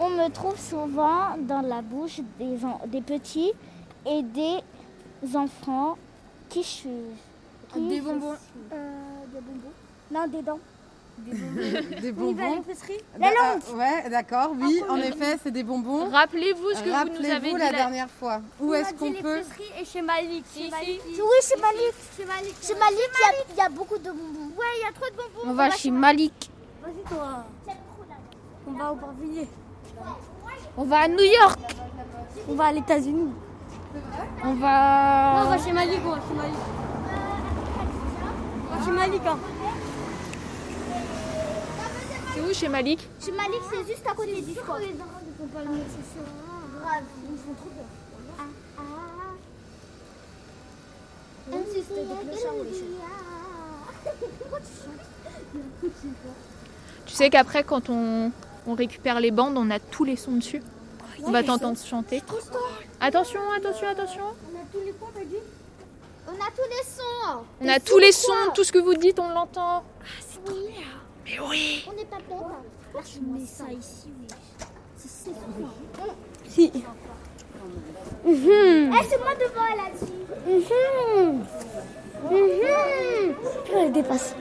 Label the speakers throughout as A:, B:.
A: On me trouve souvent dans la bouche des, en- des petits et des enfants qui je suis. qui
B: Des
A: je
B: bonbons.
A: suis. Euh, des bonbons Non, des dents.
C: Des bonbons.
A: La
C: Bah, ah, ouais, d'accord, oui, en effet, c'est des bonbons.
B: Rappelez-vous ce que vous nous avez
C: Rappelez-vous
B: dit
C: la
B: la-
C: dernière fois. Où est-ce qu'on peut
D: et chez Malik.
B: Ici. Malik.
A: Oui, c'est Malik.
D: Chez Malik.
A: C'est Malik, il y a- il y, a beaucoup de bonbons.
D: Ouais, il y a trop de bonbons.
E: On va chez Malik.
D: Vas-y toi. On va au Bourvilier.
E: On va à New York.
D: On va à l'États-Unis.
E: On va.
D: On va chez Malik, on va chez Malik. On va chez Malik. Hein.
B: C'est où chez Malik
A: Chez Malik, c'est juste à côté du sport.
B: Tu sais qu'après, quand on, on récupère les bandes, on a tous les sons dessus. On va t'entendre chanter. Attention, attention, attention.
A: On a tous les sons.
B: On a tous les sons, tout ce que vous dites, on l'entend.
A: On n'est pas bêtes. Eh, c'est moi devant, elle a dit. Hum. Euh,
D: Elle dépasse.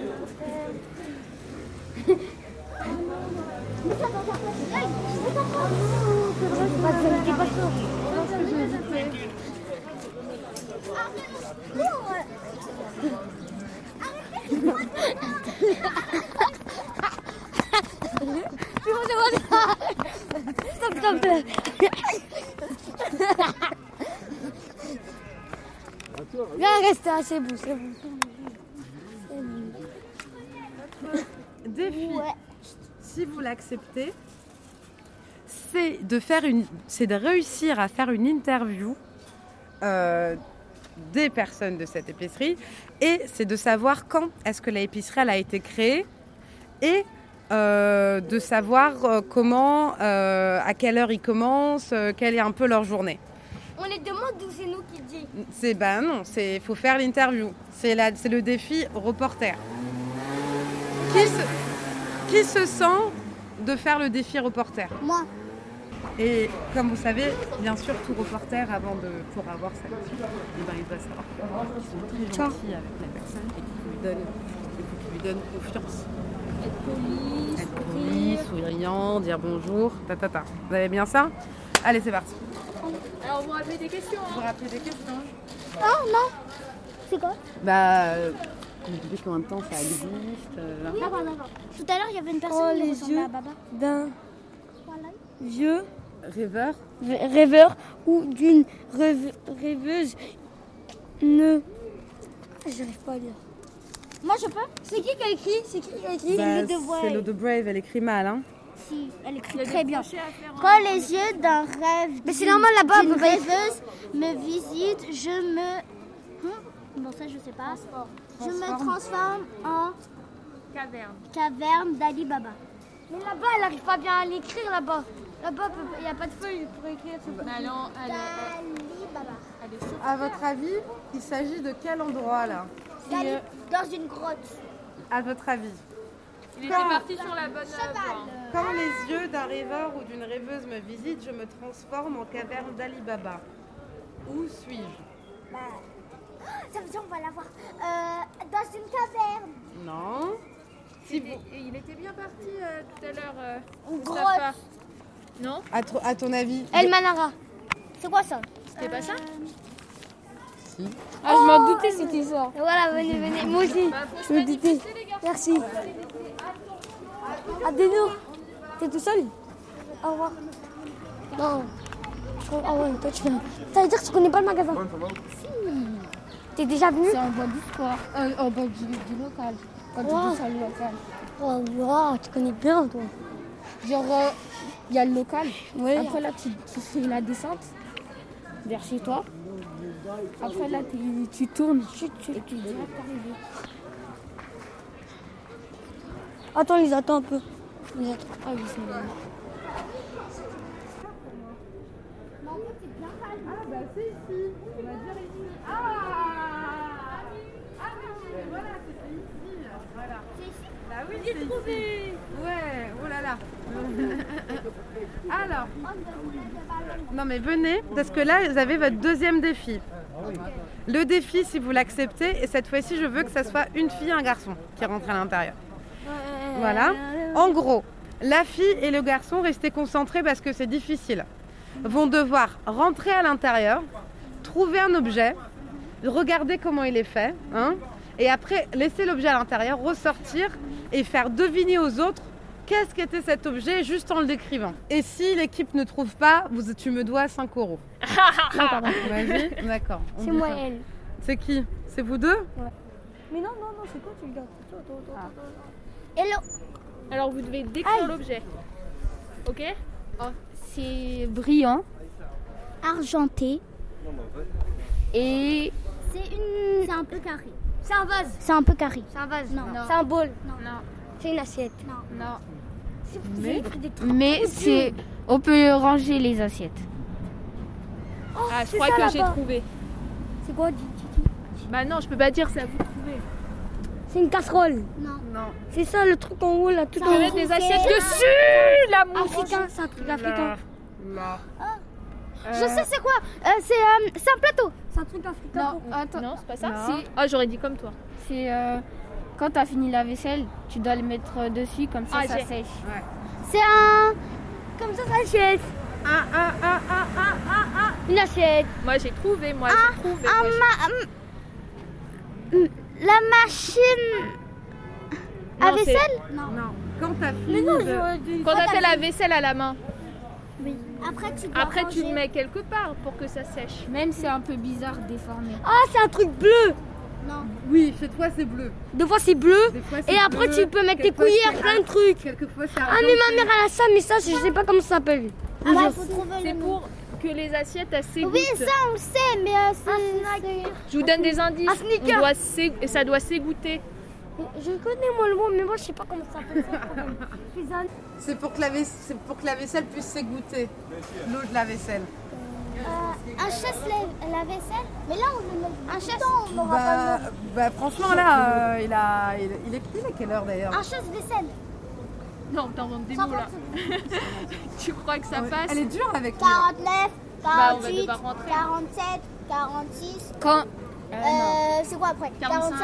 D: Viens, reste, hein, c'est bon, c'est bon.
C: Défi, si vous l'acceptez, c'est de, faire une, c'est de réussir à faire une interview euh, des personnes de cette épicerie et c'est de savoir quand est-ce que la épicerie elle a été créée et euh, de savoir euh, comment, euh, à quelle heure ils commencent, euh, quelle est un peu leur journée.
D: On les demande d'où c'est nous qui dit.
C: C'est bah non, c'est faut faire l'interview. C'est la- c'est le défi reporter. Qui se, qui se sent de faire le défi reporter
A: Moi.
C: Et comme vous savez, bien sûr, tout reporter avant de pour avoir sa mission, eh ben, il doit savoir qu'ils sont très gentils avec la personne et qu'ils lui donnent, et qu'ils lui donnent confiance. Être poli, souriant, dire bonjour, ta ta ta. Vous avez bien ça Allez, c'est parti.
B: Alors, vous rappelez des questions. hein.
C: Vous vous rappelez des questions
A: C'est quoi
C: Bah, euh, on dit qu'en même temps ça existe. euh, là.
A: Tout à l'heure, il y avait une personne
D: Oh,
A: qui
D: les
A: ressemblait
D: yeux.
A: à Baba.
D: D'un vieux
C: Rêveur,
D: rêveur ou d'une rêve- rêveuse ne. Ah, J'arrive pas à lire.
A: Moi, je peux
D: C'est qui qui a écrit C'est qui qui a écrit
C: bah,
D: Le devoir.
C: c'est l'eau de Brave, elle écrit mal. Hein.
A: Si, elle écrit très bien. Quand les yeux d'un rêve
D: Mais c'est
A: d'une-
D: normal là-bas,
A: d'une
D: vous rêvez.
A: rêveuse me visite, je me... Hum Bon, ça, je sais pas. Je me transforme en
B: Caverne.
A: caverne d'Ali Baba.
D: Mais là-bas, elle n'arrive pas bien à l'écrire là-bas. Là-bas, il n'y a pas de feuille pour écrire.
B: Allons, allons.
A: Ali Baba.
C: À votre avis, il s'agit de quel endroit là
A: Dali- Dans une grotte.
C: À votre avis,
B: Il était parti sur la bonne euh, voie. hein.
C: quand les yeux d'un rêveur ou d'une rêveuse me visitent, je me transforme en caverne d'Alibaba. Où suis-je
A: Ça veut dire on va la voir euh, dans une caverne.
C: Non.
B: Il, est- il était bien parti euh, tout à l'heure. euh,
A: Ou
B: Mustapha. Non
C: À, tro- à ton avis
D: El Manara.
A: C'est quoi ça
B: C'était pas ça
E: Ah, je m'en doutais, c'était ça.
D: Voilà, venez, venez. Moi aussi. Je me doutais. Merci. Adéno, t'es tout seul Au revoir. Non. Je trouve- Ah ouais, toi tu viens. Ça veut dire que tu connais pas le magasin Si. T'es déjà venu
E: C'est en bas du square. Euh, en bas du, du local. Quand
D: Wow.
E: tu descends le local.
D: Oh, wow, tu connais bien toi.
E: Genre, euh, il y a le local.
D: Oui.
E: Après, là, tu, tu fais la descente vers chez toi. Après, là, tu, tu tournes. et tu es direct arrivé.
D: Attends, ils attendent un peu. Ils attendent.
E: Ah oui, c'est bien.
C: bah, Ah Voilà, c'est ici. Voilà. Bah oui, c'est ici. Ouais, oh là là. Alors. Non mais venez, parce que là, vous avez votre deuxième défi. Le défi, si vous l'acceptez, et cette fois-ci, je veux que ça soit une fille et un garçon qui rentrent à l'intérieur. Voilà. En gros, la fille et le garçon, restez concentrés parce que c'est difficile, vont devoir rentrer à l'intérieur, trouver un objet, regarder comment il est fait, hein, et après laisser l'objet à l'intérieur, ressortir et faire deviner aux autres qu'est-ce qu'était cet objet juste en le décrivant. Et si l'équipe ne trouve pas, vous, tu me dois 5 euros. Ah, Vas-y, d'accord. on
D: C'est
C: dit
D: moi
C: ça.
D: elle.
C: C'est qui C'est vous deux
D: Mais non, non, non, c'est toi, tu le gardes. Toi, toi, toi, toi, toi.
A: Hello
B: Alors vous devez décrire l'objet. Ok
E: C'est brillant.
A: Argenté.
E: Et
A: C'est une. C'est un peu carré.
D: C'est un vase.
A: C'est un peu carré.
D: C'est un vase.
A: Non.
D: C'est un bol.
B: Non.
D: C'est une assiette.
B: Non.
D: Mais...
E: mais c'est on peut ranger les assiettes.
B: Ah, je
D: Oh, c'est
B: crois
D: ça,
B: que j'ai
D: là-bas.
B: trouvé.
D: C'est quoi dit- dit- dit
B: Bah non, je peux pas dire ça. Vous trouvez.
D: C'est une casserole.
C: Non.
D: C'est ça le truc en haut là, tout
A: Ça
D: en
A: va
D: haut.
A: être
B: Mettre des assiettes dessus, Ah, l'amour.
D: Africain, c'est un truc africain.
C: Là.
A: Je sais c'est quoi Euh, C'est euh, c'est un plateau.
D: C'est un truc africain.
E: Non, attends,
B: Non, c'est pas ça.
E: Non.
B: Si. Ah, j'aurais dit comme toi.
E: c'est euh, quand t'as fini la vaisselle, tu dois le mettre euh, dessus comme ça
B: Ah,
E: ça
B: j'ai-
E: sèche.
A: C'est un.
D: Comme ça, ça achète.
C: Ah, ah, ah, ah, ah.
D: Une assiette.
B: Moi, j'ai trouvé. Moi,
A: Ah,
B: j'ai trouvé. moi, j'ai-
A: La machine. à
B: Non, c'est-
A: vaisselle
C: Non. Quand t'as fini de-
B: Quand t'as fait la vaisselle à la main,
A: Oui. Après tu dois
B: après tu
A: ranger.
B: le mets quelque part pour que ça sèche.
E: Même c'est un peu bizarre déformé.
D: Ah, c'est un truc bleu.
A: Non.
C: Oui, chez toi c'est bleu.
D: Des fois, c'est bleu.
C: Des fois, c'est
D: Et après,
C: bleu.
D: tu peux mettre tes
C: Quelquefois,
D: cuillères,
C: c'est
D: plein de trucs.
C: Quelquefois, c'est
D: Ah, mais ma mère, elle a ça, mais ça, je sais pas comment ça s'appelle.
A: Ah, bah, faut trouver
B: C'est
A: le nom.
B: pour que les assiettes elles s'égouttent.
A: Oui, ça on le sait, mais euh, c'est.
B: Je vous donne des indices.
D: Un sneaker.
B: On doit s'ég- ça doit s'égoutter.
D: Je connais moi le mot, mais moi, je sais pas comment ça s'appelle.
C: C'est pour, que la vais- c'est pour que la vaisselle puisse s'égoutter. L'eau de la vaisselle.
A: Euh, un chasse la, la vaisselle. Mais là on le met. Un chasse. on n'aura
C: Bah,
A: pas
C: bah, franchement là, euh, il, a, il, il est il est quelle heure d'ailleurs
A: le
D: Ah,
A: nom. Un chasse vaisselle.
B: Non, t'inventes des mots là.
A: 50
B: Tu crois que ça
C: Ouais.
B: passe
C: Elle est dure avec lui.
A: 49,
B: Bah, on va
A: 48,
B: devoir rentrer.
A: 47, 46.
E: Quand
A: Euh, c'est quoi après
B: 45,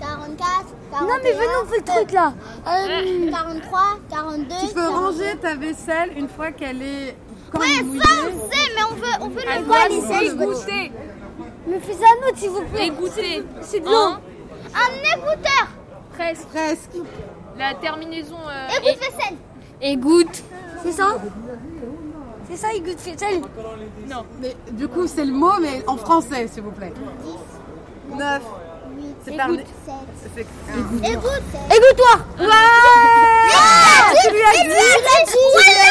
A: 44, 41.
D: Non, mais venez, on fait le truc là.
A: Euh, 43, 42.
C: Tu peux ranger ta vaisselle une fois qu'elle est quand mouillée.
A: On sait, mais on veut, on veut le
B: Elle
A: quoi
B: doit
A: lycée
B: s'égoutter.
D: Mais fais ça note, s'il vous plaît.
B: Égoutter.
D: C'est de l'eau.
B: Hein
A: Un égoutteur.
B: Presque.
C: Presque.
B: La terminaison. euh,
D: Eh
A: Égoutte vaisselle.
E: égoutte.
D: C'est ça C'est ça, il goûte fait ça.
C: Mais du coup c'est le mot mais en français s'il vous plaît. 9. C'est par...
A: 7.
C: c'est-
A: Égoutte.
D: Égoute-toi
C: Tu lui as dit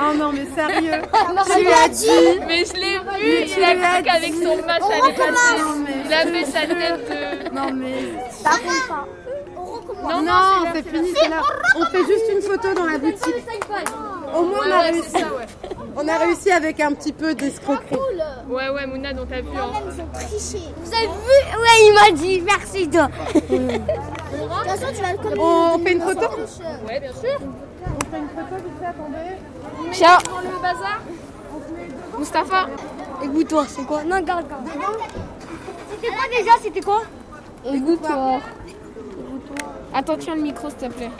C: Oh non mais sérieux Tu lui as dit
B: Mais je l'ai
C: Mais
B: vu,
C: tu
B: il a
C: l'as
B: cru qu'avec
C: dit.
B: son match, allait
C: Non, mais-
B: passer. Il a fait sa tête de.
C: Non mais...
A: On recommence.
C: Non, c'est fini, c'est là. On fait juste une photo dans la boutique. Au moins on a
B: Ouais, ouais,
C: réussi.
B: c'est ça, ouais.
C: On a réussi avec un petit peu d'escroquerie.
B: Ouais, ouais, Mouna, dont t'as vu. hein.
A: Ils ont triché.
D: Vous avez vu Ouais, il m'a dit, merci toi.
A: De toute façon, tu vas le connaître.
C: On fait une photo
B: Ouais, bien sûr.
E: Ciao
B: Dans le bazar
E: Mustapha.
D: Égoute-toi, c'est quoi Non, garde, garde. C'était quoi déjà C'était quoi
E: Égouttoir. Attention le micro s'il te plaît.